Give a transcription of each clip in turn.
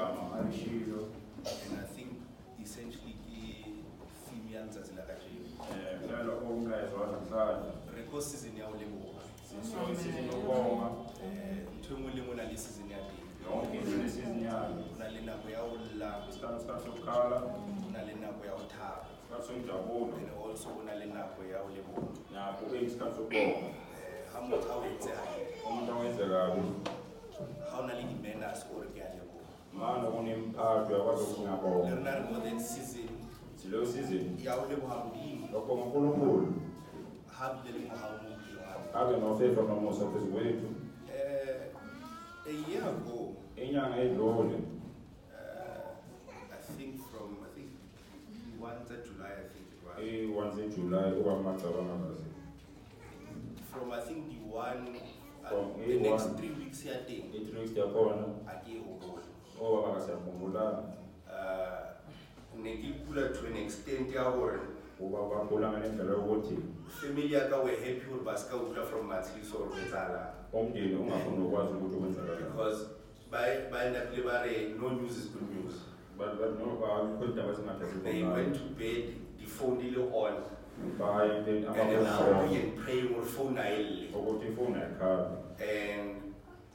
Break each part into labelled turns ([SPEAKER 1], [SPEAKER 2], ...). [SPEAKER 1] abashilo
[SPEAKER 2] And I think essentially ke Simianza zilakajeni.
[SPEAKER 1] eh ngalo onke ezwazana
[SPEAKER 2] Record season ya olebo.
[SPEAKER 1] siso isizini ukubonga
[SPEAKER 2] Eh, mtungu limu na li season ya pili.
[SPEAKER 1] yonke izinto esizinyalo
[SPEAKER 2] Kuna lena kwa ya ola,
[SPEAKER 1] isikhathi sikhathi sokukhala
[SPEAKER 2] kuna lena kwa ya otaba.
[SPEAKER 1] isikhathi somdabulo
[SPEAKER 2] And also kuna lena kwa ya olebo.
[SPEAKER 1] nakho isikhathi sokubonga
[SPEAKER 2] Eh, hamu kawenze hayo.
[SPEAKER 1] umuntu awenze kabi
[SPEAKER 2] Hauna li manners or ke alebo.
[SPEAKER 1] manje kunemphathi uyakwazi ukungabonga
[SPEAKER 2] Lerna more than season
[SPEAKER 1] sileyo sizini
[SPEAKER 2] ya olebo hambini.
[SPEAKER 1] lokho ngonkulunkulu
[SPEAKER 2] Habi lemo hamu kiwa.
[SPEAKER 1] abe nofefa nomusa phezu kwethu
[SPEAKER 2] Eh, a year ago,
[SPEAKER 1] inyanga edlule
[SPEAKER 2] Uh, I think from, I think one to July, I think it was.
[SPEAKER 1] i-1 zejulayi kuba amacabanga kazi
[SPEAKER 2] From, I think the one, uh,
[SPEAKER 1] From
[SPEAKER 2] the next
[SPEAKER 1] A1.
[SPEAKER 2] three weeks here, thing,
[SPEAKER 1] i-trist yakhona
[SPEAKER 2] again,
[SPEAKER 1] obaba kasiyakhumbulana
[SPEAKER 2] uh, Nekipula to an extent, our
[SPEAKER 1] kuba bakhula ngale ndlela yokuthi
[SPEAKER 2] family aka were happy with Baska Ula from Matlis or Metala.
[SPEAKER 1] umndeni ungafuni ukwazi ukuthi kwenzakalani
[SPEAKER 2] Because by, by the delivery, no news is good news.
[SPEAKER 1] But but no, uh, put that was not
[SPEAKER 2] They went to bed, the phone didn't on,
[SPEAKER 1] By the
[SPEAKER 2] and they were hungry
[SPEAKER 1] amount
[SPEAKER 2] and praying or phone nail.
[SPEAKER 1] of ukuthi phone yakhala.
[SPEAKER 2] And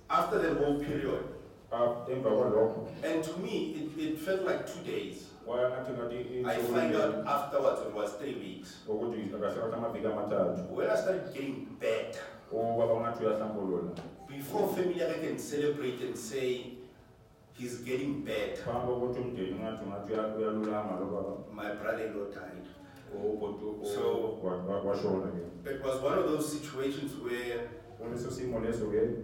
[SPEAKER 2] after the whole period,
[SPEAKER 1] Up emva kwalokho
[SPEAKER 2] and to me, it, it felt like two days.
[SPEAKER 1] wayangathi ngathi
[SPEAKER 2] I find out afterwards it was three weeks.
[SPEAKER 1] ukuthi akasakathi amaviki amathathu
[SPEAKER 2] When I started getting better,
[SPEAKER 1] ubaba ungathi uyahlambulula
[SPEAKER 2] before family I can celebrate and say he's getting better,
[SPEAKER 1] phambi kokuthi umndeni ungathi ungathi uya- uyalulama lo baba
[SPEAKER 2] my brother-in-law died. So-
[SPEAKER 1] ubhuti washona ke
[SPEAKER 2] It was one of those situations where
[SPEAKER 1] kuleso simo leso ke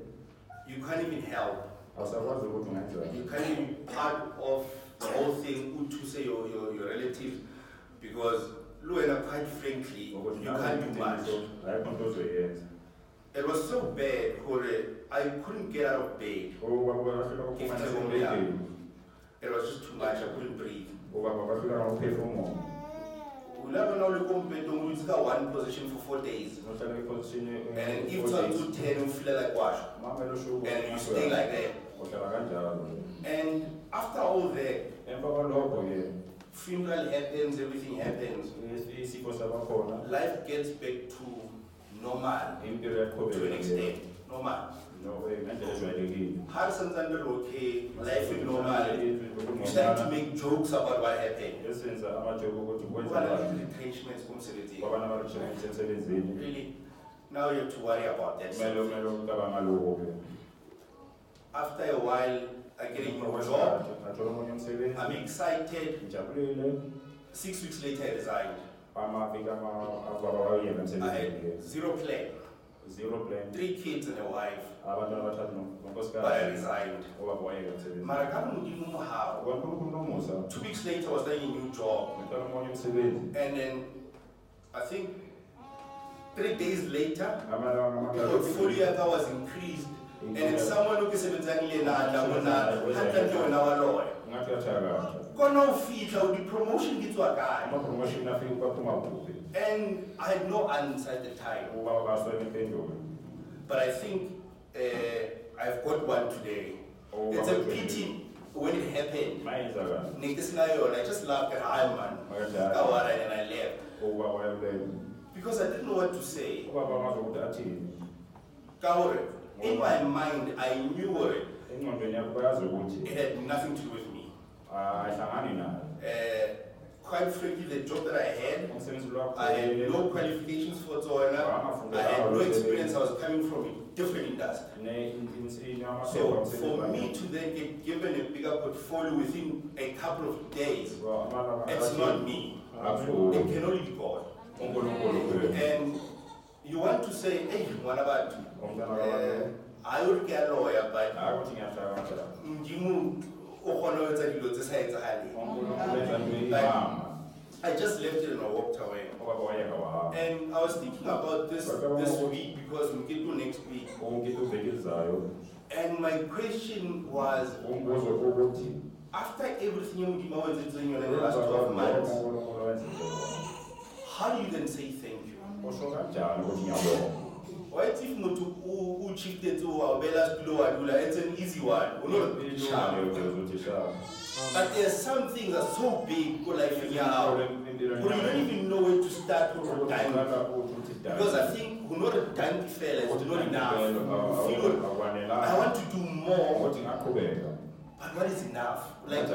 [SPEAKER 2] you can't even help.
[SPEAKER 1] awusakwazi ukuthi ungenzani
[SPEAKER 2] You can't even part of the whole thing to say your, your, your relative because Luella, quite frankly, you
[SPEAKER 1] ukuthi
[SPEAKER 2] can't do much.
[SPEAKER 1] ayikho nto ozoyenza
[SPEAKER 2] It was so bad, Jorge, I couldn't get out of bed.
[SPEAKER 1] ubaba bahlula ukuphuma
[SPEAKER 2] Ngifuna
[SPEAKER 1] nasembedeni
[SPEAKER 2] It was just too much, I couldn't breathe.
[SPEAKER 1] ubaba bahlula ukuphefumula
[SPEAKER 2] We never know the company, it's got one position for four days.
[SPEAKER 1] Uhlala eposition
[SPEAKER 2] And
[SPEAKER 1] eh,
[SPEAKER 2] if it's
[SPEAKER 1] four
[SPEAKER 2] up
[SPEAKER 1] days.
[SPEAKER 2] to ten, you feel like wash.
[SPEAKER 1] Mamela ushuku.
[SPEAKER 2] And you stay like that.
[SPEAKER 1] Uhlala kanjalo.
[SPEAKER 2] And after all that,
[SPEAKER 1] Emva kwalokho ke
[SPEAKER 2] funeral happens, everything happens.
[SPEAKER 1] is- isifo sabakhona
[SPEAKER 2] Life gets back to normal
[SPEAKER 1] impilo
[SPEAKER 2] to an
[SPEAKER 1] yaqhubeka
[SPEAKER 2] extent. Normal.
[SPEAKER 1] No eh, ngendlela ejwayelekile.
[SPEAKER 2] Parsons under okay, life is normal. You start to
[SPEAKER 1] Uhlala-
[SPEAKER 2] make jokes about what happened.
[SPEAKER 1] esenza amajobo ukuthi kwenza
[SPEAKER 2] Kuba
[SPEAKER 1] kanjani.
[SPEAKER 2] retrenchments kumsebenzi.
[SPEAKER 1] Kwabantu abasebenza emsebenzini.
[SPEAKER 2] Really, now you have to worry about that.
[SPEAKER 1] Kumele kumele ucabanga lokho ke.
[SPEAKER 2] After a while, I get a new job.
[SPEAKER 1] Ngathola omunye umsebenzi.
[SPEAKER 2] I'm excited.
[SPEAKER 1] Ngijabulile
[SPEAKER 2] Six weeks later, I resigned.
[SPEAKER 1] amaviki ama- ababa wayeka
[SPEAKER 2] I
[SPEAKER 1] emsebenzini.
[SPEAKER 2] had
[SPEAKER 1] ke.
[SPEAKER 2] zero plan,
[SPEAKER 1] Zero plan.
[SPEAKER 2] three kids and a wife,
[SPEAKER 1] abantu abathathu no-
[SPEAKER 2] but I
[SPEAKER 1] nonkosikazi
[SPEAKER 2] resigned.
[SPEAKER 1] obaba wayeka emsebenzini
[SPEAKER 2] Mara kama mudimu how?
[SPEAKER 1] kankulunkulu nomusa
[SPEAKER 2] Two weeks later, I was starting a new job,
[SPEAKER 1] ngicela umonye umsebenzi
[SPEAKER 2] and then I think three days later,
[SPEAKER 1] amalanga
[SPEAKER 2] the portfolio yaka was increased, and then someone who is representing Lenada, Lenada, hata ndio na waloe.
[SPEAKER 1] ngathi athaya kanje
[SPEAKER 2] Kono ufika, udi promotion kitwa kai.
[SPEAKER 1] ama-promotion afike kwaphuma kuphi
[SPEAKER 2] And I had no answer at the time.
[SPEAKER 1] ubaba baswela impendulo
[SPEAKER 2] But I think uh, I've got one today.
[SPEAKER 1] Oh,
[SPEAKER 2] it's a
[SPEAKER 1] okay.
[SPEAKER 2] pity when it happened.
[SPEAKER 1] mayenza kanje
[SPEAKER 2] Nikisnayon, I just laughed at I man.
[SPEAKER 1] Okay.
[SPEAKER 2] Kawara and I left.
[SPEAKER 1] ubaba wayabulela
[SPEAKER 2] Because I didn't know what to say.
[SPEAKER 1] ubaba angazokuthi athini
[SPEAKER 2] Kawara, in my mind I knew it.
[SPEAKER 1] engqondweni yakho bayazi ukuthi
[SPEAKER 2] It had nothing to do with me.
[SPEAKER 1] ayihlangani naye
[SPEAKER 2] Uh, quite frankly, the job that I had,
[SPEAKER 1] umsebenzi lwakho
[SPEAKER 2] I had no qualifications for Zona. I had no experience. I was coming from a different industry. So for me to then get given a bigger portfolio within a couple of days, it's not me.
[SPEAKER 1] Absolutely.
[SPEAKER 2] It can only be God.
[SPEAKER 1] unkulunkulu wethu
[SPEAKER 2] And Um, you want to say, hey, what about you?
[SPEAKER 1] umntana
[SPEAKER 2] Uh,
[SPEAKER 1] kabantu
[SPEAKER 2] I will get a lawyer, but
[SPEAKER 1] hayi ukuthi ngiyahlala kanjani
[SPEAKER 2] Ndimu Ohonoza Lotesa
[SPEAKER 1] unkulunkulu enjani imama
[SPEAKER 2] I just left it and I walked away.
[SPEAKER 1] ubaba wayeka wahamba
[SPEAKER 2] And I was thinking about this
[SPEAKER 1] Whatever
[SPEAKER 2] this
[SPEAKER 1] happened.
[SPEAKER 2] week because we get to next week.
[SPEAKER 1] konke uveki elizayo
[SPEAKER 2] And my question was,
[SPEAKER 1] umbuzo ukuthi
[SPEAKER 2] after everything Ndima was doing in the last 12 months, how do you then say thank you?
[SPEAKER 1] usho kanjani ukuthi ngiyabonga
[SPEAKER 2] Why if muthu u- uchifted to wawela stilo walula, it's an easy one, uno
[SPEAKER 1] Indlela
[SPEAKER 2] tisha.
[SPEAKER 1] yokuthi shaya.
[SPEAKER 2] But there's some things that are so big, like, yeah,
[SPEAKER 1] Indlela
[SPEAKER 2] but you don't
[SPEAKER 1] yokuthi
[SPEAKER 2] even know where to start or time.
[SPEAKER 1] ngakho ukuthi dad.
[SPEAKER 2] Because I think we're not done the fellas, we're not enough. We feel, I
[SPEAKER 1] Awonela.
[SPEAKER 2] want to do more,
[SPEAKER 1] Ukuthi ngaqhubeka.
[SPEAKER 2] but what is enough? Like,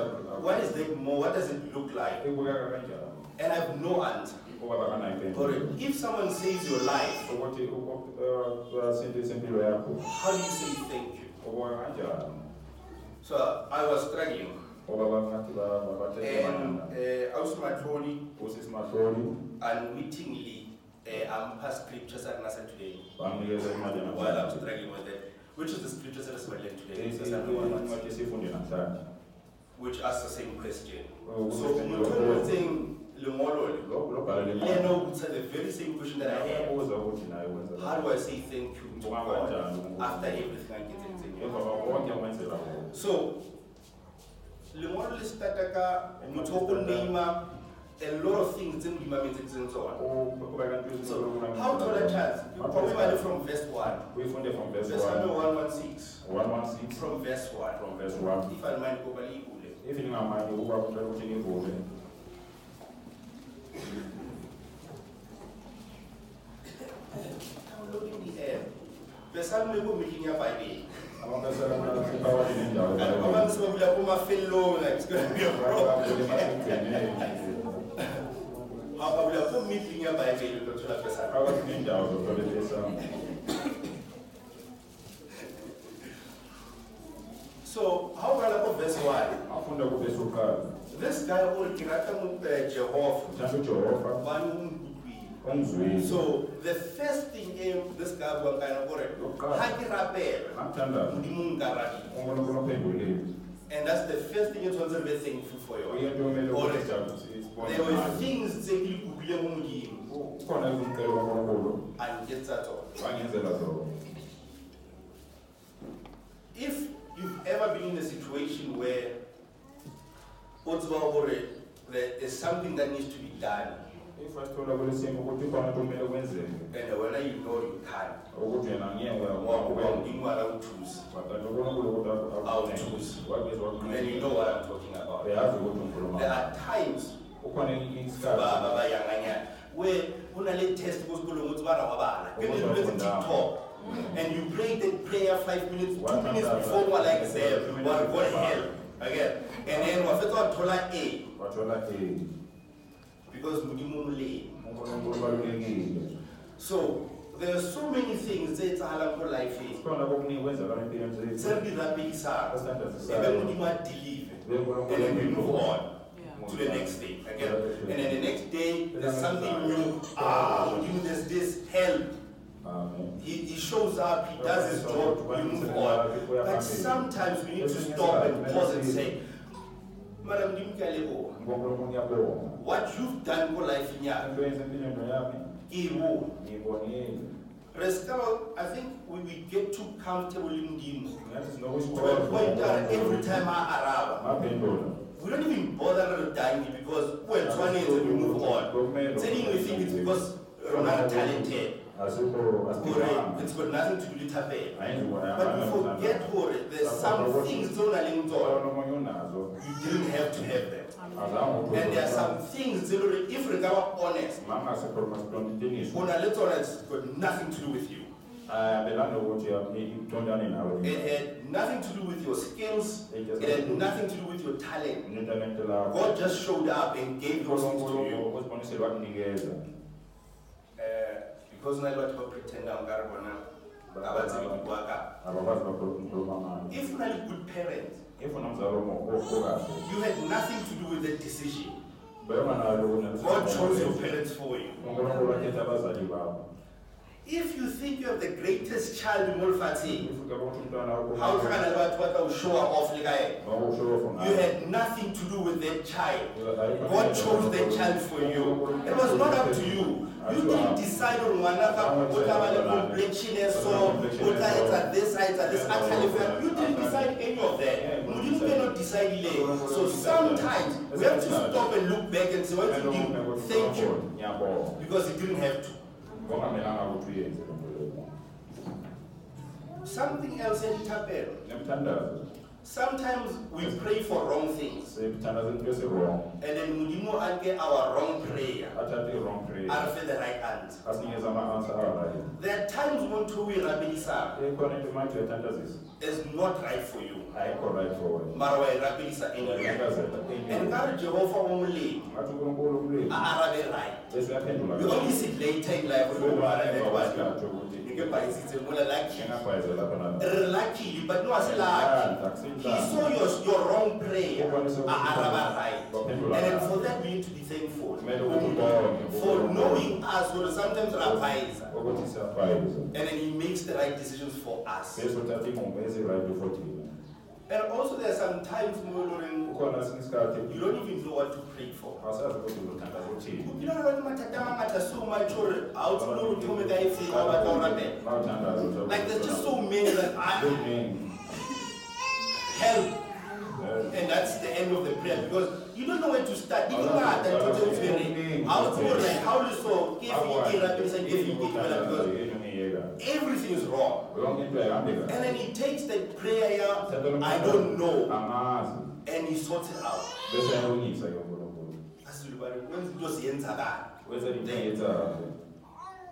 [SPEAKER 2] what is that more? What does it look like?
[SPEAKER 1] Ekubukeka kanjalo.
[SPEAKER 2] And I have no answer.
[SPEAKER 1] Ubaba kanayi.
[SPEAKER 2] Or if someone says your life,
[SPEAKER 1] Ukuthi ukusindisa impilo yakho.
[SPEAKER 2] how do you say thank you?
[SPEAKER 1] Ubona kanjalo.
[SPEAKER 2] So I was struggling.
[SPEAKER 1] Ubaba ngathi
[SPEAKER 2] And
[SPEAKER 1] babathe.
[SPEAKER 2] uh, I was matroni
[SPEAKER 1] Usisimahloni.
[SPEAKER 2] unwittingly uh, I'm scriptures at NASA today
[SPEAKER 1] Bamnikeza imali
[SPEAKER 2] while I'm
[SPEAKER 1] namhlanje.
[SPEAKER 2] struggling with it. Which is the scriptures that is my learned today,
[SPEAKER 1] Lesi
[SPEAKER 2] Sasana one,
[SPEAKER 1] incwadi esifunde namhlanje.
[SPEAKER 2] which asks the same question.
[SPEAKER 1] Oh,
[SPEAKER 2] So
[SPEAKER 1] okay.
[SPEAKER 2] Mutu saying Lomolo,
[SPEAKER 1] Lokho lokubhala le mali.
[SPEAKER 2] Leno would say the very same question that I had.
[SPEAKER 1] Ubuza ukuthi naye wenza
[SPEAKER 2] How
[SPEAKER 1] lokho.
[SPEAKER 2] do I say thank you to God after everything I get in
[SPEAKER 1] Ngemva kwakho konke wenzela wona.
[SPEAKER 2] So, lengolo le start ka motho o name a lot of things tse modimo a metseng tsona.
[SPEAKER 1] Ukubeka ntweni
[SPEAKER 2] So,
[SPEAKER 1] lokubona.
[SPEAKER 2] how to that chance? You probably read from verse one.
[SPEAKER 1] We funde from verse
[SPEAKER 2] Verse one
[SPEAKER 1] 1.
[SPEAKER 2] one one six.
[SPEAKER 1] 116
[SPEAKER 2] From verse one.
[SPEAKER 1] from verse 1.
[SPEAKER 2] If I mind kopa le ibule.
[SPEAKER 1] If ningamanye ukuba kuqala ukuthi nivume.
[SPEAKER 2] Downloading the app. Verse one le ko meeting ya Bible.
[SPEAKER 1] Abafesela manje siphawani nendawo.
[SPEAKER 2] Kanti ba bang se ba bula ko mafelong, like, it's gonna be a problem. Ha ba bula ko meeting ya Bible, o tlo thola verse one.
[SPEAKER 1] Abazindawo
[SPEAKER 2] um,
[SPEAKER 1] zokulethesa.
[SPEAKER 2] So, how about ko verse one?
[SPEAKER 1] Afunda kuverse 1.
[SPEAKER 2] This guy old kirata mo eh, Jehovah.
[SPEAKER 1] Njalo uJehova
[SPEAKER 2] One umgutlwile.
[SPEAKER 1] ongizwile.
[SPEAKER 2] So the first thing eh, this guy was kind of worried.
[SPEAKER 1] Yokuqala.
[SPEAKER 2] Ha ke rapela,
[SPEAKER 1] Ngamthanda.
[SPEAKER 2] Modimo o nkarabile.
[SPEAKER 1] Umuntu unophendulile.
[SPEAKER 2] And that's the first thing e you told them thankful for you.
[SPEAKER 1] Uyinto kumele
[SPEAKER 2] All right.
[SPEAKER 1] ukuthi isibone.
[SPEAKER 2] There were things that you could be Modimo
[SPEAKER 1] Ukhona izicelo kaNkulunkulu
[SPEAKER 2] and get that all.
[SPEAKER 1] wangenzela zona.
[SPEAKER 2] If you've ever been in a situation where what's about worried, there is something that needs to be done
[SPEAKER 1] Ifasithola kulesimo ukuthi khona into kumele kwenzeke.
[SPEAKER 2] and whether you know Oh, you can't.
[SPEAKER 1] Ukuthi yena ngiyeke
[SPEAKER 2] Ngoba
[SPEAKER 1] uyakwazi.
[SPEAKER 2] uModimo akawuthusi.
[SPEAKER 1] Kodwa uNkulunkulu kodwa
[SPEAKER 2] Awuthusi.
[SPEAKER 1] Wabiza waqinisa.
[SPEAKER 2] And you know what I'm talking about.
[SPEAKER 1] Uyazi ukuthi ukhuluma.
[SPEAKER 2] There are times
[SPEAKER 1] Ukhona
[SPEAKER 2] ba ba
[SPEAKER 1] isikhathi.
[SPEAKER 2] ba yanganyana where kuna le test ko sekolong o tsebana wa bana ke
[SPEAKER 1] Wa
[SPEAKER 2] le
[SPEAKER 1] bana.
[SPEAKER 2] tse tiktok and you play the prayer five minutes
[SPEAKER 1] Wa
[SPEAKER 2] two minutes
[SPEAKER 1] tsamaya.
[SPEAKER 2] before wa like exam wa
[SPEAKER 1] Minutes
[SPEAKER 2] go
[SPEAKER 1] before.
[SPEAKER 2] hell again and then wa fetsa wa thola a
[SPEAKER 1] Wathola eh
[SPEAKER 2] because modimo o molemo
[SPEAKER 1] uNkulunkulu balulekile.
[SPEAKER 2] so there are so many things tse etsahalang ko lifeng
[SPEAKER 1] Sikhona kokuningi kwenzakala empilweni zethu.
[SPEAKER 2] tse re di rapelisang ebe modimo a deliver and then we move on to the next day again. And then the next day, there's something new. Ah, you there's this help.
[SPEAKER 1] Amen.
[SPEAKER 2] He, he shows up, he does his job, we move on. But sometimes we need to stop and pause and say, Madam Dimkalebo,
[SPEAKER 1] Ngonkulunkulu ngiyabonga.
[SPEAKER 2] what you've done for life e in Yak,
[SPEAKER 1] Into empilweni yami
[SPEAKER 2] Iwo.
[SPEAKER 1] ngiyibonile.
[SPEAKER 2] Rescalo, I think we, we get too comfortable in Dim.
[SPEAKER 1] Ngathi
[SPEAKER 2] To a point that every
[SPEAKER 1] sinokuyiqoqa.
[SPEAKER 2] time I arrive,
[SPEAKER 1] Maphendula.
[SPEAKER 2] we don't even bother dying because we're trying to move on. Saying we think it's because we're not talented.
[SPEAKER 1] Asikho
[SPEAKER 2] Gore,
[SPEAKER 1] asikho.
[SPEAKER 2] it's got nothing to do with tapela.
[SPEAKER 1] Ayizibona.
[SPEAKER 2] But we forget gore, there's some things zonaleng tsona,
[SPEAKER 1] onomunye unazo.
[SPEAKER 2] you didn't have to have them.
[SPEAKER 1] Azange uthole.
[SPEAKER 2] And there are some things that if we are honest,
[SPEAKER 1] Mama sikhuluma sikhuluma iqiniso.
[SPEAKER 2] ona le tsona it's got nothing to do with you.
[SPEAKER 1] Abelana ukuthi ngidondane nawe.
[SPEAKER 2] It had nothing to do with your skills, it had nothing to do with your talent.
[SPEAKER 1] Netalente lakho.
[SPEAKER 2] God just showed up and gave those things to you.
[SPEAKER 1] uNkulunkulu uzibonisele wakunikeza.
[SPEAKER 2] Eh, because na le batho ba pretend-a nkare bona ga ba tsebe di bua ka.
[SPEAKER 1] Abakwazi bakhuluma manje.
[SPEAKER 2] If you are a good parent,
[SPEAKER 1] Ifuna umzali omo- ofokahle.
[SPEAKER 2] you had nothing to do with that decision.
[SPEAKER 1] Bayonganalo kunalesi-
[SPEAKER 2] God chose your parents for you.
[SPEAKER 1] uNkulunkulu wakhetha abazali babo.
[SPEAKER 2] If you think you have the greatest child in Molfati,
[SPEAKER 1] Ifika bonke umntwana wakho-
[SPEAKER 2] how can I let what show off like I
[SPEAKER 1] Bakushoyo
[SPEAKER 2] You
[SPEAKER 1] ngayo.
[SPEAKER 2] had nothing to do with that child. God
[SPEAKER 1] God
[SPEAKER 2] chose that child for you. It was not up to you. You didn't decide on one another, what about the complexion and so, what sides are this, sides are this, actually, well, you didn't decide any of that. You cannot decide later. So sometimes we have to stop and look back and say, what did you, thank you,
[SPEAKER 1] Ngiyabonga.
[SPEAKER 2] because you didn't have to.
[SPEAKER 1] Ngoba melanga ukuthi uyenze lo msebenzi.
[SPEAKER 2] Something else enditapelo.
[SPEAKER 1] nemthandazo
[SPEAKER 2] Sometimes we pray for wrong things.
[SPEAKER 1] sithandaze into esi-wrong
[SPEAKER 2] And then Mudimo ange our wrong prayer.
[SPEAKER 1] athathe i-wrong prayer
[SPEAKER 2] Arfe the right answer.
[SPEAKER 1] asinikeze ama-answer aright
[SPEAKER 2] There are times when to we rabilisa
[SPEAKER 1] ekhona into manje uyathandazisa
[SPEAKER 2] is not right for you.
[SPEAKER 1] ayikho right for wena
[SPEAKER 2] Mara wa rabilisa anyway.
[SPEAKER 1] uyathandazela
[SPEAKER 2] And
[SPEAKER 1] ngathi
[SPEAKER 2] now Jehovah umuli.
[SPEAKER 1] unkulunkulu kuleli
[SPEAKER 2] Arabe right.
[SPEAKER 1] bese yaphendula
[SPEAKER 2] We only sit later in life. We don't want that
[SPEAKER 1] ubalewasikhathi
[SPEAKER 2] one.
[SPEAKER 1] ukuthi
[SPEAKER 2] Ngebhayisikile mona lucky.
[SPEAKER 1] engabhayizela khona
[SPEAKER 2] Lucky but no as lucky. He saw your, your wrong prayer, Araba right. And for that, we need to be thankful. For knowing us, will sometimes advise.
[SPEAKER 1] ukuthi siyafayisa
[SPEAKER 2] And then he makes the right decisions for us.
[SPEAKER 1] bese uthatha ingqondo ezi-right for thina
[SPEAKER 2] And also there are some times more than
[SPEAKER 1] kukhona esinye isikhathi
[SPEAKER 2] you don't even know what to pray for.
[SPEAKER 1] asazi ukuthi uzothandaza uthini
[SPEAKER 2] You don't know what matatama matter so much or how to know to make a thing about our bed.
[SPEAKER 1] Bawuthandaza uthi-
[SPEAKER 2] Like there's just so many that I
[SPEAKER 1] Kuningi.
[SPEAKER 2] help.
[SPEAKER 1] Eh.
[SPEAKER 2] And that's the end of the prayer because you don't know where to start. You don't know how to pray. How to pray, how to so, give me a rapid and give me because everything is wrong.
[SPEAKER 1] Yonke into ayihambi kahle.
[SPEAKER 2] And then he takes the prayer, here, I don't know,
[SPEAKER 1] Amazi.
[SPEAKER 2] and he sorts it out.
[SPEAKER 1] Bese ayalungisa ke uNkulunkulu.
[SPEAKER 2] Asithi ubani, kwenza into ziyenzakala.
[SPEAKER 1] Wenza into eyenzayo.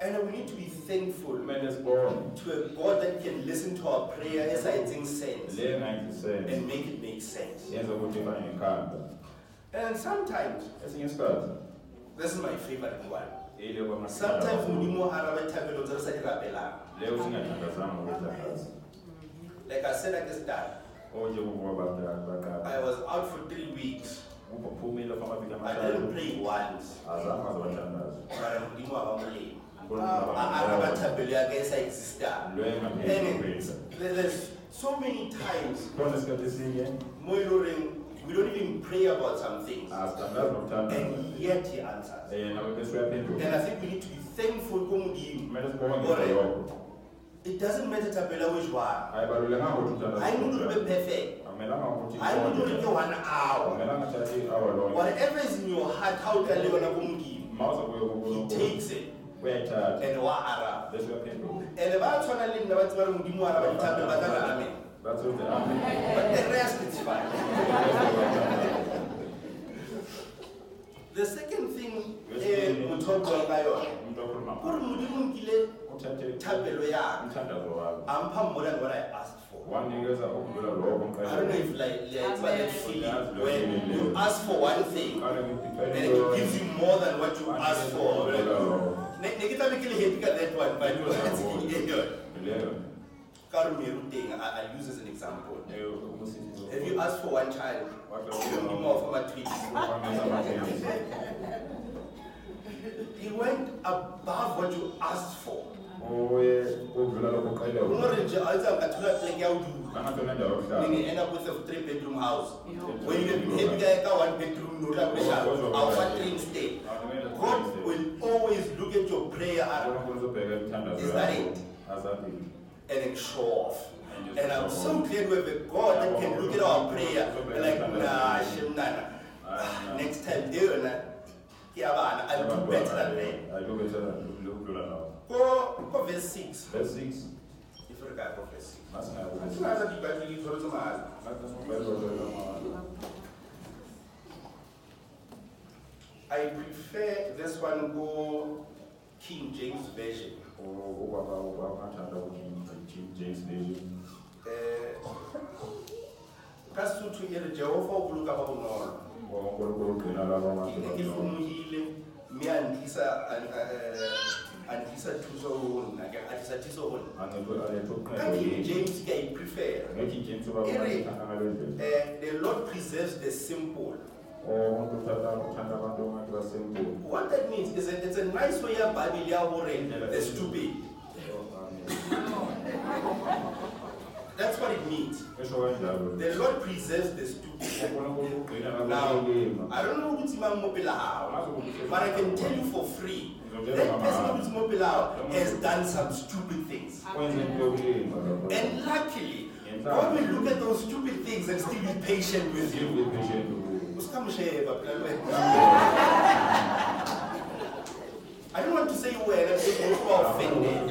[SPEAKER 2] And then we need to be thankful
[SPEAKER 1] Kumele sibone
[SPEAKER 2] to a God that can listen to our prayer as I think sense
[SPEAKER 1] le 90 cents
[SPEAKER 2] and make it make sense.
[SPEAKER 1] yenza ukuthi ifane nekhanda.
[SPEAKER 2] And sometimes,
[SPEAKER 1] Esinye isikhathi
[SPEAKER 2] this is my favorite one.
[SPEAKER 1] ile kwamakhanda
[SPEAKER 2] Sometimes
[SPEAKER 1] kakhulu.
[SPEAKER 2] Mudimo araba thabelo tsa re sa di rapelang.
[SPEAKER 1] le usingathandazanga ukuthandaza.
[SPEAKER 2] Like I said at the start,
[SPEAKER 1] Oje kuvuka badala baqala.
[SPEAKER 2] I was out for three weeks.
[SPEAKER 1] Uphumile kwamabili
[SPEAKER 2] I didn't
[SPEAKER 1] amathathu.
[SPEAKER 2] pray once.
[SPEAKER 1] Azange azobathandaza.
[SPEAKER 2] Mara Mudimo abamolemo. Ah,
[SPEAKER 1] uNkulunkulu
[SPEAKER 2] Araba
[SPEAKER 1] abathandaza.
[SPEAKER 2] thabelo ya ka e sa exista.
[SPEAKER 1] Lwe
[SPEAKER 2] And
[SPEAKER 1] ngaphezulu kwethu.
[SPEAKER 2] it- there- there's so many times
[SPEAKER 1] Khona isikhathi esinye
[SPEAKER 2] mo e le horeng we don't even pray about some things
[SPEAKER 1] asithandazi
[SPEAKER 2] and
[SPEAKER 1] nokuthandaza.
[SPEAKER 2] yet he answers.
[SPEAKER 1] Eh nawe bese
[SPEAKER 2] And
[SPEAKER 1] uyaphendula.
[SPEAKER 2] I think we need to be thankful ko Modimo.
[SPEAKER 1] Kumele sibonge into
[SPEAKER 2] Alright.
[SPEAKER 1] yonke.
[SPEAKER 2] It doesn't matter tabela we jwang.
[SPEAKER 1] Ayibalulekanga ukuthi uthandaze.
[SPEAKER 2] I need to be perfect.
[SPEAKER 1] Akumelanga ukuthi
[SPEAKER 2] I need to be one hour.
[SPEAKER 1] akumelanga thathe i-hour lonke.
[SPEAKER 2] Whatever is in your heart how ka le yona ko Modimo.
[SPEAKER 1] Mawuza kuye
[SPEAKER 2] He
[SPEAKER 1] kuNkulunkulu
[SPEAKER 2] takes it
[SPEAKER 1] uyayithatha
[SPEAKER 2] and wa araba.
[SPEAKER 1] bese uyaphendula.
[SPEAKER 2] And ba tshwana le nna ba tseba re Modimo wa araba dithabe ba ka re amen.
[SPEAKER 1] That's what the amen.
[SPEAKER 2] But the rest is fine. The second thing eh motho o buang ka yona
[SPEAKER 1] Umuntu okhuluma
[SPEAKER 2] ko re Modimo o nkile
[SPEAKER 1] uthathe
[SPEAKER 2] thabelo ya ka.
[SPEAKER 1] umthandazo wakho.
[SPEAKER 2] ampha more than what I asked for.
[SPEAKER 1] Wanikeza ukudlula lokho
[SPEAKER 2] I don't
[SPEAKER 1] umqedela.
[SPEAKER 2] know if like, like it's about that feeling when you ask for one thing
[SPEAKER 1] Ngale ngiphiphele
[SPEAKER 2] and then it gives you more than what you asked for.
[SPEAKER 1] Wanikeza ukudlula
[SPEAKER 2] Ne-
[SPEAKER 1] lokho.
[SPEAKER 2] ne ke tla be ke le happy ka that one, but
[SPEAKER 1] Ngidlula lokho.
[SPEAKER 2] that's- yeah.
[SPEAKER 1] Leyo.
[SPEAKER 2] Ka re meru teng, I- I'll use as an example.
[SPEAKER 1] Leyo umusisi.
[SPEAKER 2] Have you asked for one child?
[SPEAKER 1] What else?
[SPEAKER 2] Give me more for my twins.
[SPEAKER 1] Ukwamisa amathenisi.
[SPEAKER 2] He went above what you asked for.
[SPEAKER 1] Uye udlula lokho uqedela.
[SPEAKER 2] Ngore nje, a itse a ka thola plek ya ho dula. e
[SPEAKER 1] Kangathona indawo
[SPEAKER 2] Then
[SPEAKER 1] yokuhlala.
[SPEAKER 2] you end up with a three bedroom house. When you have happy ka- ka one bedroom, no tla pressure, I'll find train stay. God will always look at your prayer and
[SPEAKER 1] uNkulunkulu uzobheka imithandazo
[SPEAKER 2] Is that it?
[SPEAKER 1] Azabili.
[SPEAKER 2] then show off. And I'm so glad we have a God that can look at our prayer and like, nah, shem, nah, nah. Ah, Next time, they will not. Yeah, man, I'll do better than that.
[SPEAKER 1] I do better than ukudlula nawo.
[SPEAKER 2] Go, go verse six.
[SPEAKER 1] Verse 6.
[SPEAKER 2] If you can go verse six.
[SPEAKER 1] Masingaya
[SPEAKER 2] I just
[SPEAKER 1] ukuthi.
[SPEAKER 2] want to be back to you for some hours. I prefer this one go King James Version.
[SPEAKER 1] Ubaba ubaba ngathanda ukuthi James David.
[SPEAKER 2] Eh, Ka Sotho e re Jehova o boloka ba bonolo.
[SPEAKER 1] uNkulunkulu ugcina laba
[SPEAKER 2] Ke ne ke
[SPEAKER 1] abantu.
[SPEAKER 2] hlomohile, mme a ntlisa- a- a- eh, a ntlisa thuso ho nna, ke- a tlisa thuso ho nna.
[SPEAKER 1] Angibe alethe
[SPEAKER 2] Ka
[SPEAKER 1] uqedile.
[SPEAKER 2] King James ke a e prefer.
[SPEAKER 1] Ngithi James ubaba
[SPEAKER 2] Iri.
[SPEAKER 1] ngathanda ngalendlela.
[SPEAKER 2] Eh, the Lord preserves the simple.
[SPEAKER 1] Umuntu uthanda uthanda abantu ngathi basembulo.
[SPEAKER 2] What that means is that it's a nice way ya Bible ya hore the stupid. That's what it means.
[SPEAKER 1] Esho kanjalo.
[SPEAKER 2] The Lord preserves the stupid.
[SPEAKER 1] uNkulunkulu ugcina
[SPEAKER 2] Now,
[SPEAKER 1] labalima.
[SPEAKER 2] I don't know ukuthi mamopela how, but I can tell you for free, that person who's mopela has done some stupid things.
[SPEAKER 1] Kwenza into yokulima lokho.
[SPEAKER 2] And luckily, God will look at those stupid things and still be patient with you.
[SPEAKER 1] Give me patient ukuze.
[SPEAKER 2] Usikamsheba, phela wena. I don't want to say where, because you are offended.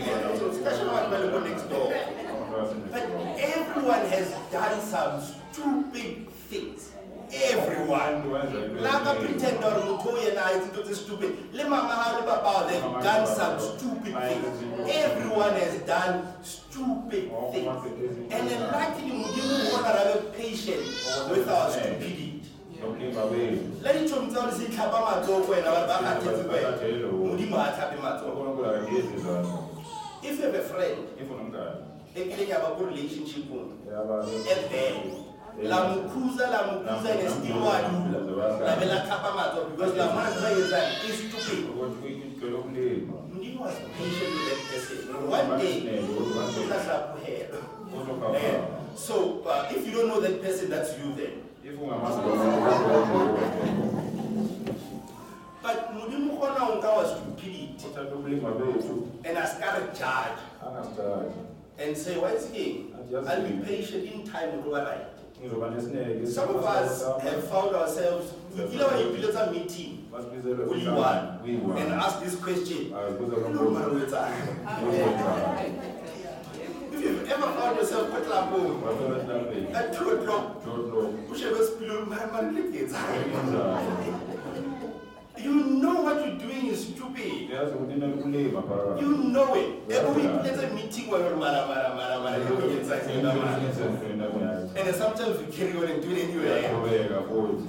[SPEAKER 2] Especially when people next door.
[SPEAKER 1] Abantu person
[SPEAKER 2] But
[SPEAKER 1] is wrong.
[SPEAKER 2] everyone has done some stupid things. Everyone. Laka pretender ukuthi uyena ayi into ze stupid. Le mama hali baba they've done some stupid things. Everyone has done stupid things. And enlightening mudimu wona rabe patient with our stupidity.
[SPEAKER 1] Nomlimba wethu.
[SPEAKER 2] Let it turn down the clap ama toko wena ba ba ka tete wena. Mudimu ha tlape matsoho.
[SPEAKER 1] Unkulunkulu akezi zona.
[SPEAKER 2] If you have a friend, e
[SPEAKER 1] Ifuna umntana.
[SPEAKER 2] ekile yaba ku relationship with
[SPEAKER 1] Yaba.
[SPEAKER 2] e ebhele lamkhuza lamkhuza ngesitimu alula labe lakhapha amazo because la manje ayenzayo is stupid
[SPEAKER 1] Ukuthi uyigcwele umlimo.
[SPEAKER 2] mndini was patient with that person one day uzahlaphela Eh,
[SPEAKER 1] Uzokhapha.
[SPEAKER 2] so uh, if you don't know that person that's you then
[SPEAKER 1] If ungamazi
[SPEAKER 2] but modimo gona o nka wa stupidity
[SPEAKER 1] uthatha umlimo wethu
[SPEAKER 2] and askare judge
[SPEAKER 1] angasithathi.
[SPEAKER 2] and say once again i'll be patient in time ngoba right
[SPEAKER 1] Ngizoba nesineke.
[SPEAKER 2] some of us have found ourselves kile wa ipiletsa meeting
[SPEAKER 1] basibizelwe
[SPEAKER 2] uliwani
[SPEAKER 1] uyiwani.
[SPEAKER 2] and ask this question
[SPEAKER 1] Ah, kuze
[SPEAKER 2] No
[SPEAKER 1] kakhulu.
[SPEAKER 2] matter what's happening. If you've ever found yourself at Labo
[SPEAKER 1] Basuke emhlabeni.
[SPEAKER 2] at two o'clock,
[SPEAKER 1] Don't know.
[SPEAKER 2] push a spill my man crickets. You know what you're doing is stupid.
[SPEAKER 1] Yazi ukuthi nalulima phakathi.
[SPEAKER 2] You know it. Every week there's a meeting where you're mara mara mara mara. you go inside, you know, mara. And then sometimes we carry on and do it anyway.
[SPEAKER 1] Uyaqhubeka futhi.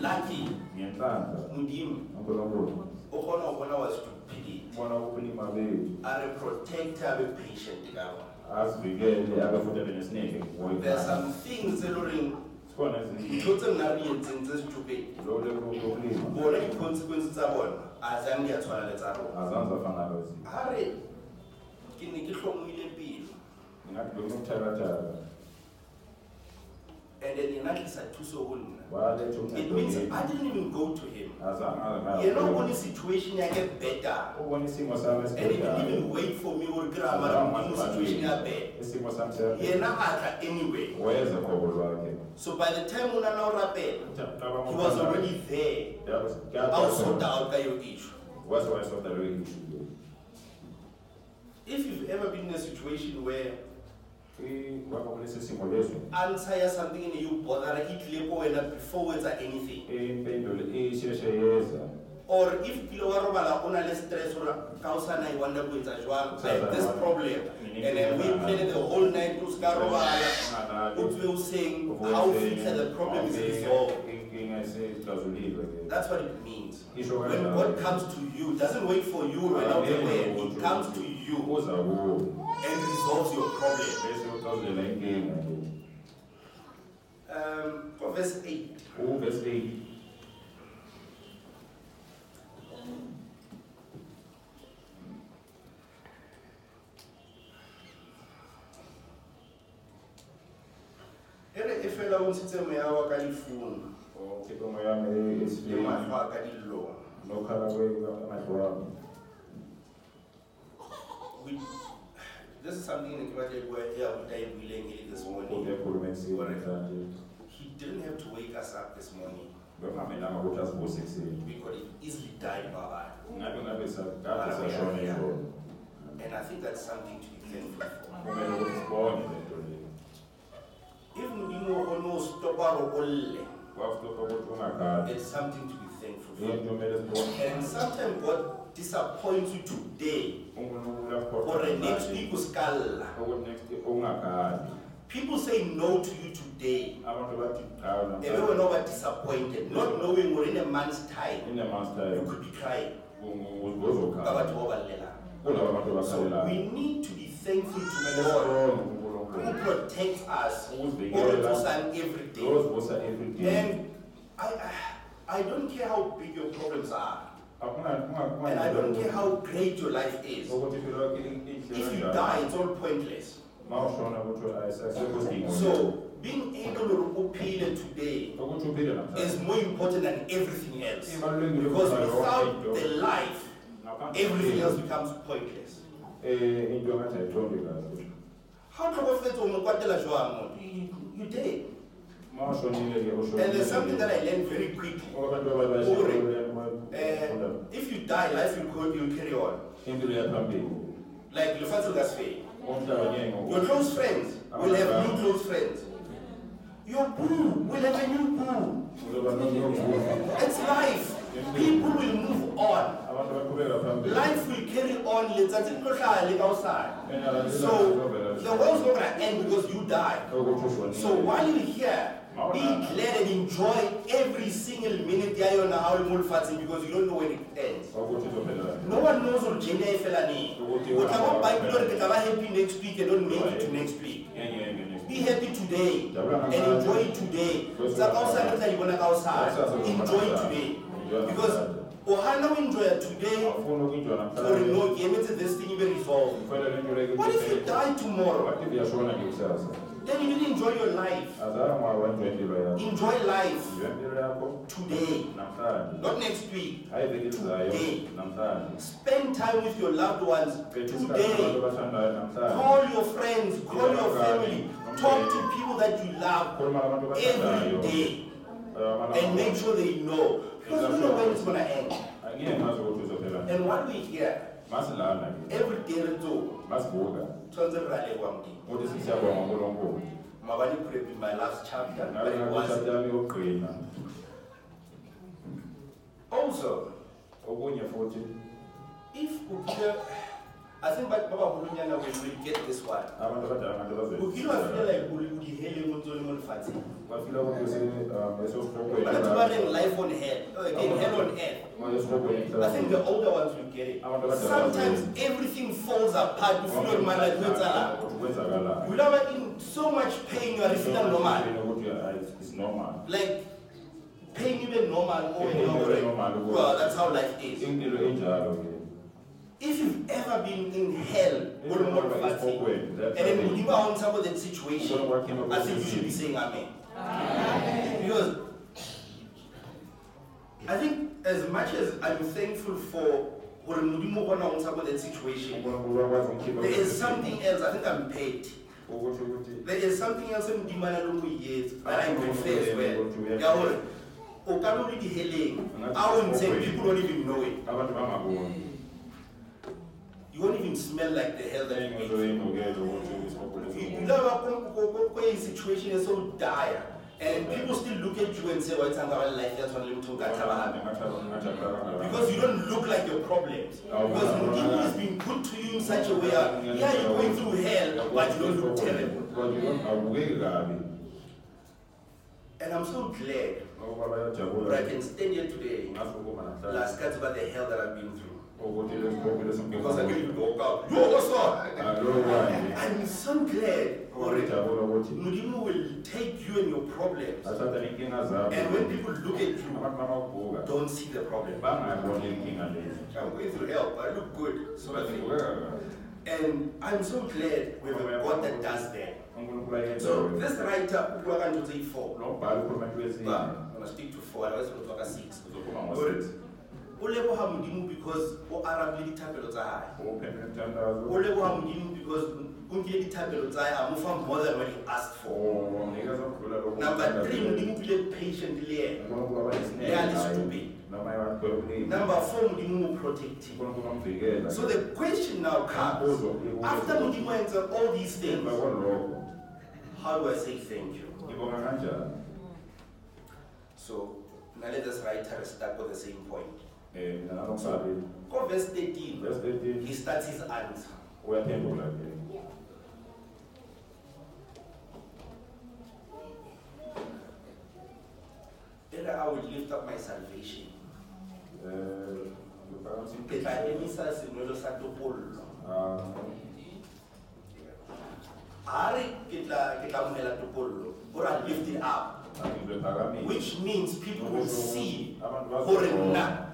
[SPEAKER 2] Lucky,
[SPEAKER 1] Ngenhlanhla.
[SPEAKER 2] Mudim,
[SPEAKER 1] uNkulunkulu.
[SPEAKER 2] Ohono Ohono was stupid.
[SPEAKER 1] Bona ubulima bethu.
[SPEAKER 2] Are a protector, are a patient guy.
[SPEAKER 1] Asivikele abe futhi abe nesineke kuye.
[SPEAKER 2] There are some things that are in,
[SPEAKER 1] Sikhona izinto.
[SPEAKER 2] total narratives and stupid.
[SPEAKER 1] Lolu ubulima.
[SPEAKER 2] bona di-consequence tsa bona a zang di a tshwana le tsa rona
[SPEAKER 1] Azanza fana lezi.
[SPEAKER 2] a re ke ne ke tlhomoile pelo
[SPEAKER 1] Ngathi bekuthakathaka.
[SPEAKER 2] and then yena a tlisa thuso go nna
[SPEAKER 1] Walethe
[SPEAKER 2] it
[SPEAKER 1] umntu.
[SPEAKER 2] means i didn't even go to him
[SPEAKER 1] Azanza.
[SPEAKER 2] yena o bone situation ya ke better
[SPEAKER 1] ubona isimo sami
[SPEAKER 2] and he didn't
[SPEAKER 1] esibhekayo.
[SPEAKER 2] even wait for me gore ke ramara modimo situation ya bad
[SPEAKER 1] Isimo sami siyabheka.
[SPEAKER 2] yena a tla anyway
[SPEAKER 1] Weza qobo lwakhe.
[SPEAKER 2] so by the time o nana o rapela he was already there a o sorta out ka yo issue
[SPEAKER 1] Wazi wayisorta leyo issue.
[SPEAKER 2] if you've ever been in a situation where
[SPEAKER 1] I wakho kulesi simo leso.
[SPEAKER 2] answer ya something and you bothera e tlile ko wena before o etsa anything
[SPEAKER 1] Impendulo isheshe yeza.
[SPEAKER 2] or if kile wa robala o na le stress ora ka o sana e wonder ko etsa jwang I have this problem and then we play the whole night o ska robala o tswe o seng how o fitlha the problem is
[SPEAKER 1] é
[SPEAKER 2] resolved
[SPEAKER 1] Inkinga isixazululwe ke.
[SPEAKER 2] that's what it means when God comes to you doesn't wait for you when out there he comes to you
[SPEAKER 1] Uza kuwe.
[SPEAKER 2] and resolves your problem
[SPEAKER 1] Bese uxazulela inkinga nje.
[SPEAKER 2] um for verse 8
[SPEAKER 1] Uvesi 8.
[SPEAKER 2] e re e fela o ntshitse moya wa ka lefung
[SPEAKER 1] Ukhipha umoya wami
[SPEAKER 2] le
[SPEAKER 1] esifeni.
[SPEAKER 2] matlho a ka dillong
[SPEAKER 1] Nokhala kwamahlo wami.
[SPEAKER 2] We, this is something that Kibaje Buya died willingly this morning.
[SPEAKER 1] Ukhulumekisiwe
[SPEAKER 2] é
[SPEAKER 1] manje.
[SPEAKER 2] He didn't have to wake us up this morning.
[SPEAKER 1] Ngokungamelanga ukuthi asivuse ekuseni.
[SPEAKER 2] We could have easily died, Baba.
[SPEAKER 1] Ngabe
[SPEAKER 2] é
[SPEAKER 1] ngabe sagade
[SPEAKER 2] Ah,
[SPEAKER 1] sashona yebo.
[SPEAKER 2] And I think that's something to be thankful for.
[SPEAKER 1] Kumele ukuthi sibone lento leyo.
[SPEAKER 2] If Mudimo almost stop our all,
[SPEAKER 1] Kwafuthuka ukuthi ungagadi.
[SPEAKER 2] it's something to be thankful for.
[SPEAKER 1] Yebo kumele sibone.
[SPEAKER 2] And sometimes God disappoints you today
[SPEAKER 1] uNkulunkulu akukhokhela
[SPEAKER 2] or next
[SPEAKER 1] manje.
[SPEAKER 2] week uskala.
[SPEAKER 1] Ukuthi next year ungagadi.
[SPEAKER 2] People say no to you today.
[SPEAKER 1] Abantu bathi cha
[SPEAKER 2] And we were not disappointed, not knowing we're in a month's time,
[SPEAKER 1] inemaster
[SPEAKER 2] you could be crying.
[SPEAKER 1] uzokhala.
[SPEAKER 2] Kabathi wabalela.
[SPEAKER 1] Kulabo bantu
[SPEAKER 2] So
[SPEAKER 1] bakhalela.
[SPEAKER 2] we need to be thankful to
[SPEAKER 1] Kumele
[SPEAKER 2] God
[SPEAKER 1] sibone
[SPEAKER 2] who
[SPEAKER 1] uNkulunkulu.
[SPEAKER 2] protects us, who
[SPEAKER 1] Ukuzivikela.
[SPEAKER 2] protects us every day.
[SPEAKER 1] Uzivusa every day.
[SPEAKER 2] And I, I, I don't care how big your problems are,
[SPEAKER 1] Akuna- kunga- kunga-
[SPEAKER 2] and I don't care how great your life is.
[SPEAKER 1] Ukuthi impilo yakho i-
[SPEAKER 2] If
[SPEAKER 1] ihle
[SPEAKER 2] you
[SPEAKER 1] kanjani.
[SPEAKER 2] die, it's all pointless.
[SPEAKER 1] mawushona kuthiwa ayisasekho sidingo
[SPEAKER 2] So being able to appeal today
[SPEAKER 1] ukuthi uphile
[SPEAKER 2] is
[SPEAKER 1] namhlanje
[SPEAKER 2] more important than everything else.
[SPEAKER 1] Ibalulekile
[SPEAKER 2] Because
[SPEAKER 1] ukuzwa
[SPEAKER 2] without
[SPEAKER 1] yonke
[SPEAKER 2] the
[SPEAKER 1] into.
[SPEAKER 2] life,
[SPEAKER 1] Ngaphandle
[SPEAKER 2] everything
[SPEAKER 1] kwempilo,
[SPEAKER 2] else becomes pointless.
[SPEAKER 1] eh into engathi ayiqondi kahle
[SPEAKER 2] How do we fit on the You did.
[SPEAKER 1] mawushonile ke
[SPEAKER 2] And there's something that I learned very quickly.
[SPEAKER 1] abantu ababasha
[SPEAKER 2] Uri.
[SPEAKER 1] bayafunda.
[SPEAKER 2] Eh. Uh, if you die, life will, go, will carry on.
[SPEAKER 1] impilo yaphambili
[SPEAKER 2] Like Lufatso Gasfe,
[SPEAKER 1] omntabanyenga
[SPEAKER 2] Your close friends will have new close friends. Your boo will have a new boo.
[SPEAKER 1] uzoba nomlovu
[SPEAKER 2] It's life. People will move on.
[SPEAKER 1] abantu baqhubeka phambili
[SPEAKER 2] Life will carry on. letsatsi le tlo hlaya le ka hosane.
[SPEAKER 1] ena lalela
[SPEAKER 2] So the world's not gonna end because you die.
[SPEAKER 1] ukuthi ushonile
[SPEAKER 2] So while you're here, be glad and enjoy every single minute ya yona ha o le mo lefatsheng because you don't know when it ends.
[SPEAKER 1] ukuthi izophelela
[SPEAKER 2] No one knows what Jimmy Felani. What about Bible? They can happy next week and don't make it to next week.
[SPEAKER 1] enye enye
[SPEAKER 2] Be
[SPEAKER 1] enye
[SPEAKER 2] happy today and enjoy it today. Sa outside that you wanna go outside, enjoy it today. Because ohana enjoy today
[SPEAKER 1] awufuna ukuyinjwa
[SPEAKER 2] or
[SPEAKER 1] namhlanje
[SPEAKER 2] no game it's this thing will resolve.
[SPEAKER 1] ukhwela le nto leyo
[SPEAKER 2] What if you die tomorrow?
[SPEAKER 1] wathi uyashona ngekusasa
[SPEAKER 2] Then you didn't enjoy your life.
[SPEAKER 1] azange wabanjwa impilo yakho
[SPEAKER 2] Enjoy life
[SPEAKER 1] yiyo impilo yakho
[SPEAKER 2] today,
[SPEAKER 1] namhlanje
[SPEAKER 2] not next week.
[SPEAKER 1] hayi veki elizayo namhlanje
[SPEAKER 2] Spend time with your loved ones
[SPEAKER 1] Bethu isikhathi
[SPEAKER 2] today.
[SPEAKER 1] abantu abathandayo namhlanje
[SPEAKER 2] Call your friends, call your family, talk to people that you love
[SPEAKER 1] khuluma nabantu abathandayo
[SPEAKER 2] every day
[SPEAKER 1] Eh, amalanga
[SPEAKER 2] and make sure they know. Because you don't know when it's gonna end.
[SPEAKER 1] angeke ngazi ukuthi uzophela
[SPEAKER 2] And while we're here,
[SPEAKER 1] masilana ke
[SPEAKER 2] every day or two,
[SPEAKER 1] masibuka
[SPEAKER 2] Tanzania Wamdi.
[SPEAKER 1] ukuthi sisiyabonga uNkulunkulu
[SPEAKER 2] Mabani could have been my last chapter, but
[SPEAKER 1] ngabe
[SPEAKER 2] it
[SPEAKER 1] ngakushatha
[SPEAKER 2] was
[SPEAKER 1] yami yokugcina
[SPEAKER 2] also
[SPEAKER 1] okunye futhi
[SPEAKER 2] if Ukira I think but Baba Bulunyana will will get this one.
[SPEAKER 1] abantu abadala ngabe
[SPEAKER 2] Ukira was feel like Ulihele Munzoli Munfati.
[SPEAKER 1] bafila ukuthi use um esofokweni
[SPEAKER 2] But it's life on hell, uh, in hell on earth. I think the older ones will get it. Sometimes everything falls apart. You feel like you
[SPEAKER 1] kwenzakalayo
[SPEAKER 2] You are in so much pain. You are feeling normal.
[SPEAKER 1] ukuthi hayi, it's normal
[SPEAKER 2] Like pain even normal. Oh,
[SPEAKER 1] Pain ibe
[SPEAKER 2] no,
[SPEAKER 1] normal,
[SPEAKER 2] like,
[SPEAKER 1] ukuthi-
[SPEAKER 2] well, that's how life is.
[SPEAKER 1] impilo enjalo ke
[SPEAKER 2] If you've ever been in hell, or
[SPEAKER 1] Even
[SPEAKER 2] not
[SPEAKER 1] normal is
[SPEAKER 2] fasting,
[SPEAKER 1] awkward,
[SPEAKER 2] and
[SPEAKER 1] that's
[SPEAKER 2] then
[SPEAKER 1] right.
[SPEAKER 2] you give out some of that
[SPEAKER 1] Don't
[SPEAKER 2] situation,
[SPEAKER 1] work in
[SPEAKER 2] I think you
[SPEAKER 1] opposition.
[SPEAKER 2] should be saying amen. Because I think as much as I'm thankful for or Mudimo Wana on some of that situation,
[SPEAKER 1] uNkulunkulu akwazi ukukhipha
[SPEAKER 2] There
[SPEAKER 1] kule
[SPEAKER 2] is
[SPEAKER 1] sifo.
[SPEAKER 2] something else, I think I'm paid.
[SPEAKER 1] ukuthi ukuthi
[SPEAKER 2] There is something else in Dimana Lungu years, but I confess well.
[SPEAKER 1] Yeah.
[SPEAKER 2] Yahore, Okano di Heleng, I wouldn't say people don't even know it.
[SPEAKER 1] abantu bangaboni
[SPEAKER 2] You won't even smell like the hell that you
[SPEAKER 1] enye into
[SPEAKER 2] make.
[SPEAKER 1] engcokelo ukuthi isifo
[SPEAKER 2] You know, a situation is so dire, and people still look at you and say, e well, it's another life, that's what I'm talking about. Because you don't look like your problems. Because Mudimu has been put to you in such a way, that, yeah, you're going through hell, but you don't
[SPEAKER 1] ah,
[SPEAKER 2] look terrible.
[SPEAKER 1] But you don't awake kabi.
[SPEAKER 2] And I'm so glad
[SPEAKER 1] Ngoba bayajabula.
[SPEAKER 2] But I can stand here today,
[SPEAKER 1] Ngasukuba namhlanje
[SPEAKER 2] last cut about the hell that I've been through.
[SPEAKER 1] ukuthi lesi sibopho
[SPEAKER 2] Because I
[SPEAKER 1] singekho.
[SPEAKER 2] didn't walk out. Yo, what's up?
[SPEAKER 1] Alo wani.
[SPEAKER 2] I'm so glad already.
[SPEAKER 1] Ngojabula ukuthi
[SPEAKER 2] Mudimu will take you and your problems.
[SPEAKER 1] asathatha inkinga zakho.
[SPEAKER 2] And when people look at you,
[SPEAKER 1] abantu bamaguga
[SPEAKER 2] don't see the problem.
[SPEAKER 1] bangayiboni inkinga lezi.
[SPEAKER 2] I'm going through hell, but I look good. So I think.
[SPEAKER 1] Bazibukeka kahle.
[SPEAKER 2] And I'm so glad we have a God that does that.
[SPEAKER 1] uNkulunkulu ayenza
[SPEAKER 2] So
[SPEAKER 1] lokho.
[SPEAKER 2] this writer, we are going to say four.
[SPEAKER 1] lo mbhalo ukhuluma into
[SPEAKER 2] But
[SPEAKER 1] ezinye.
[SPEAKER 2] I'm going to stick to four, otherwise we'll talk six.
[SPEAKER 1] Uzokhuluma ngo-six.
[SPEAKER 2] Uleboha Mudimu because o Arab le dithapelo tsa hae.
[SPEAKER 1] Uphendule umthandazo.
[SPEAKER 2] o leboga modimo because o nkile dithapelo tsa a mofa more than what he asked for
[SPEAKER 1] Oh, nikeza ukudlula lokho.
[SPEAKER 2] number three modimo o bile patient le yena
[SPEAKER 1] uNkulunkulu abayisineke
[SPEAKER 2] Yeah, it's
[SPEAKER 1] naye.
[SPEAKER 2] stupid.
[SPEAKER 1] Noma ebagwebuleni.
[SPEAKER 2] number four modimo mo protecting
[SPEAKER 1] uNkulunkulu amvikela.
[SPEAKER 2] so the question now comes after modimo enza all these things
[SPEAKER 1] Emva kwalokho,
[SPEAKER 2] how do i say thank you
[SPEAKER 1] ngibonga kanjani?
[SPEAKER 2] so now let us write her stuck with the same point
[SPEAKER 1] Eh, mina nalo ngisabe.
[SPEAKER 2] go verse 13
[SPEAKER 1] Verse 13,
[SPEAKER 2] he starts his answer
[SPEAKER 1] uyaphendula ke.
[SPEAKER 2] then i will lift up my salvation
[SPEAKER 1] Eh, ngiphakamisa
[SPEAKER 2] ke tla
[SPEAKER 1] impilo.
[SPEAKER 2] emisa senwelo sa topollo
[SPEAKER 1] Ah,
[SPEAKER 2] a re ke tla ke tla monela topollo or i lift it up
[SPEAKER 1] ngizophakamisa.
[SPEAKER 2] Which means people will see
[SPEAKER 1] Abantu
[SPEAKER 2] gore
[SPEAKER 1] bazobona
[SPEAKER 2] nna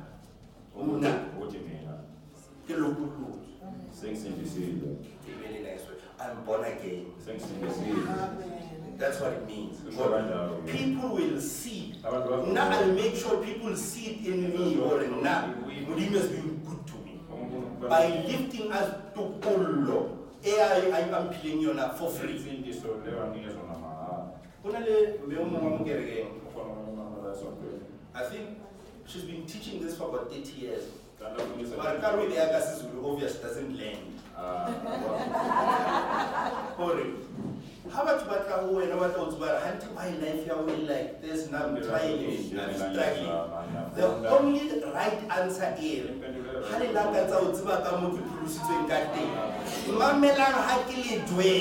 [SPEAKER 2] Mna.
[SPEAKER 1] ukuthi mina
[SPEAKER 2] ke lokolotswe
[SPEAKER 1] sengisindisile.
[SPEAKER 2] ebele naiswe I'm born again.
[SPEAKER 1] Sengisindisile.
[SPEAKER 2] That's what it means.
[SPEAKER 1] Kusho kanjalo. ke.
[SPEAKER 2] People will see.
[SPEAKER 1] Abantu
[SPEAKER 2] Now
[SPEAKER 1] bazobona.
[SPEAKER 2] I'll make sure people see it in me or now Mudim has been good to me. By lifting us to Polo, AI I'm playing you now for free.
[SPEAKER 1] Insindiso leyo anikezwa namahala.
[SPEAKER 2] Kuna le mme o mongwe mo kerekeng,
[SPEAKER 1] Ukhona umuntu onamalala esondweni.
[SPEAKER 2] I think she's been teaching this for about 30 years.
[SPEAKER 1] Tanda kufundisa
[SPEAKER 2] But Karwi Leaga Sizulu obviously doesn't learn.
[SPEAKER 1] Ah, wa-
[SPEAKER 2] Hore, how about Batla and about Otsubara, hunting my life, you like, there's none trying, it, I'm struggling. The only right answer here, hale la ka tsa o tseba ka mo ke pholositsweng ka teng mamelang ha ke le dwe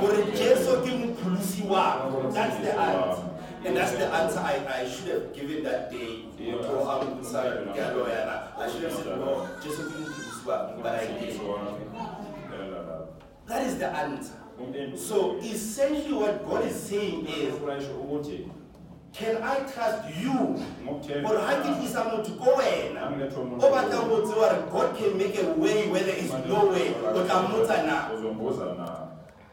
[SPEAKER 2] gore jesu ke mopholosi wa that's the answer and that's the answer i, I should have given that day motho a mpotsang ke a loyana i should have said no jesu ke mopholosi wa but i did that is the answer so essentially what god is saying is
[SPEAKER 1] Ukurahisha ukuthi
[SPEAKER 2] can i trust you
[SPEAKER 1] ngokuthemba
[SPEAKER 2] gore ga ke tlisa motho ko wena o batla go tsewa gore god can make a way where there is no way o tla mmotsa na
[SPEAKER 1] Uzombuza na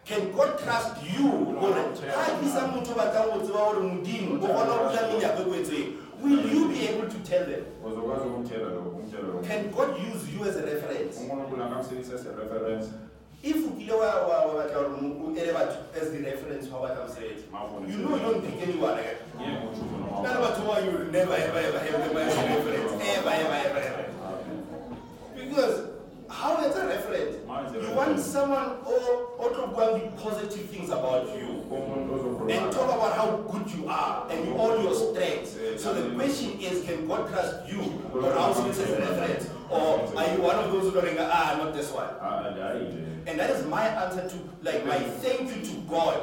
[SPEAKER 2] can god trust you gore ga tlisa motho o batla go tsewa gore modimo o kgona go bula menyako e kwetsweng will you be able to tell them
[SPEAKER 1] uzokwazi ukumthela lo ukumthela lo
[SPEAKER 2] can god use you as a reference
[SPEAKER 1] umuntu ungamsebenzisa as a reference
[SPEAKER 2] if o kile wa wa- wa batla gore o ele batho as the reference ga o batla mosebetsi you know you don't pick anyone eh?
[SPEAKER 1] yebo nje ufuna
[SPEAKER 2] None of us want you to never, ever, ever have them as a reference. Ever, ever, ever, ever. Because how is a reference?
[SPEAKER 1] How is a
[SPEAKER 2] You want
[SPEAKER 1] reference?
[SPEAKER 2] someone or or to go and be positive things about you
[SPEAKER 1] umuntu
[SPEAKER 2] and talk
[SPEAKER 1] ozokhuluma
[SPEAKER 2] about how good you are and all your strengths. So the question is, can God trust you or how is as a reference? Or are you one of those who are like, ah, not this one?
[SPEAKER 1] ah hayi nje
[SPEAKER 2] And that is my answer to, like, my thank you to God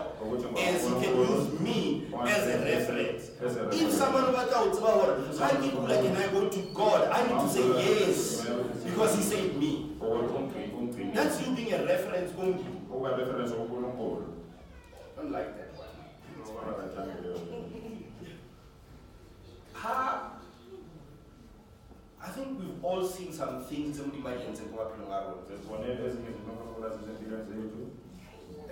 [SPEAKER 2] as He can use me as a reference.
[SPEAKER 1] As a
[SPEAKER 2] If
[SPEAKER 1] reference.
[SPEAKER 2] someone wants to tell her, I can, can I go to God? I need to say yes because He saved me.
[SPEAKER 1] ukuthi umgcini umgcini
[SPEAKER 2] That's you being a reference only.
[SPEAKER 1] uba reference uNkulunkulu
[SPEAKER 2] Don't like that one.
[SPEAKER 1] Ngicabanga
[SPEAKER 2] Ha, I think we've all seen some things in the emergency go up in our world.
[SPEAKER 1] sibone ezinye izinto ezikhona zempilo zethu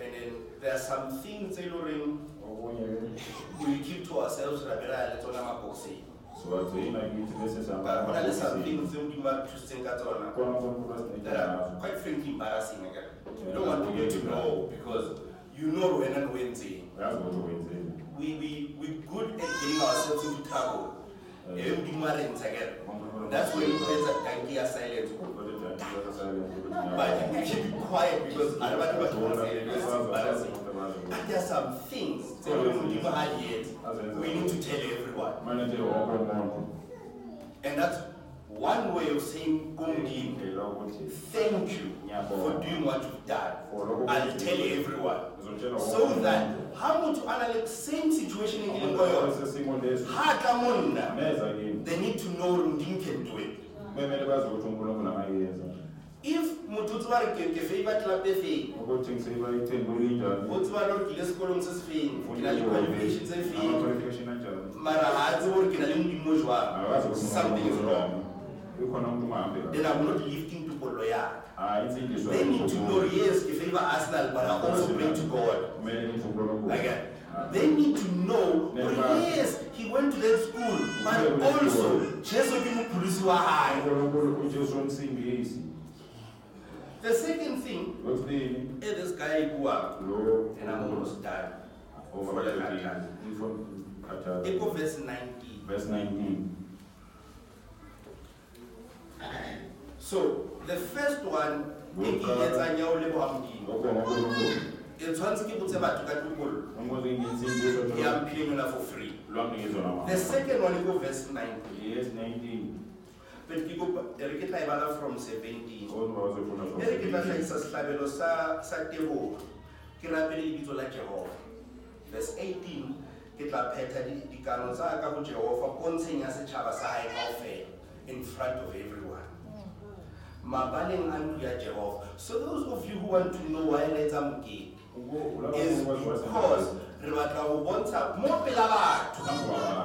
[SPEAKER 2] And then there are some things that
[SPEAKER 1] okunye ke
[SPEAKER 2] we keep to ourselves, Rabera, let's on our boxing.
[SPEAKER 1] siwagcina kithi bese
[SPEAKER 2] But there are some
[SPEAKER 1] siyabona
[SPEAKER 2] things that we might to think at all.
[SPEAKER 1] khona uNkulunkulu asinike
[SPEAKER 2] that are
[SPEAKER 1] nazo
[SPEAKER 2] quite frankly embarrassing again. You don't want people to know because you know when and when they.
[SPEAKER 1] uyazi ukuthi wenzeni
[SPEAKER 2] We we we good at getting ourselves into trouble. Even the marriage again. That's when it creates a donkey of silence. But we should be quiet because I don't want people to say it because it's embarrassing. But there are some things that we don't even have yet. We need to tell everyone. And that's one way of saying Gumbi, thank you for doing what you've done. I'll tell everyone. so that ha motho a na le same situation e keleng ko yone ha a tla mo nna they need to know gore modimo can do it
[SPEAKER 1] kumele bazi ukuthi unkulunkulu angayenza
[SPEAKER 2] if motho o tseba re ke favor tlape feng
[SPEAKER 1] ukuthi ngisebayithembe ulinjani
[SPEAKER 2] o tseba le gore ke ile sekolong se se feng ke na le qualification tse feng
[SPEAKER 1] ama-qualification anjani
[SPEAKER 2] mara ha a tsebe gore ke na le modimo o
[SPEAKER 1] akazi
[SPEAKER 2] jwang
[SPEAKER 1] ukuthi
[SPEAKER 2] something is
[SPEAKER 1] uNkulunkulu
[SPEAKER 2] wrong
[SPEAKER 1] ngani. ikhona umuntu
[SPEAKER 2] then
[SPEAKER 1] umahambe
[SPEAKER 2] i'm not lifting topollo yaka
[SPEAKER 1] hayi insindiswa
[SPEAKER 2] they need to know gore yes ke favor arsenal but i also pray to god
[SPEAKER 1] kumele ngithi unkulunkulu
[SPEAKER 2] Again, they need to know, but yes, he went to that school, but also, Jesus gave him police were high.
[SPEAKER 1] unkulunkulu ujesu omsingisi
[SPEAKER 2] The second thing,
[SPEAKER 1] wesibili
[SPEAKER 2] eh, this guy who are,
[SPEAKER 1] lo
[SPEAKER 2] and I'm almost done.
[SPEAKER 1] over the
[SPEAKER 2] Echo verse nineteen.
[SPEAKER 1] verse 19
[SPEAKER 2] So, the first one, e ke e etsang ya ho leboha Modimo.
[SPEAKER 1] lokho ngonkulunkulu
[SPEAKER 2] E tshwanetse ke botse batho ka tokoloho,
[SPEAKER 1] ngoba nginsindiso
[SPEAKER 2] e ya mphenola for free.
[SPEAKER 1] lwami ngizona
[SPEAKER 2] The
[SPEAKER 1] mama
[SPEAKER 2] second one, echo verse nineteen,
[SPEAKER 1] yes 19
[SPEAKER 2] but ke kopa, e re ke tla e bala from seventeen.
[SPEAKER 1] kodwa wazofuna
[SPEAKER 2] e re ke tla tlhagisa setlhabelo sa sa tebogo ke rapele lebitso la jehova verse 18 ke tla phetha di- dikano tsa ka go jehova ko ntsheng ya setšhaba sa gae kaofela in front of everyone mabaleng a ntlo ya jehova so those of you who want to know why re etsa mokete is because re batla go bontsha mo pela batho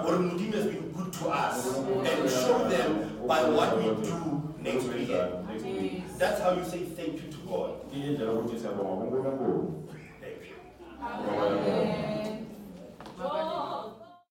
[SPEAKER 2] gore modimo has been good to us and show them by what we do next weekend
[SPEAKER 1] next week
[SPEAKER 2] That's how you say thank you to God.
[SPEAKER 1] indlela ukuthi siyabonga uNkulunkulu
[SPEAKER 2] Thank you.
[SPEAKER 1] ngoba yena
[SPEAKER 3] Amen.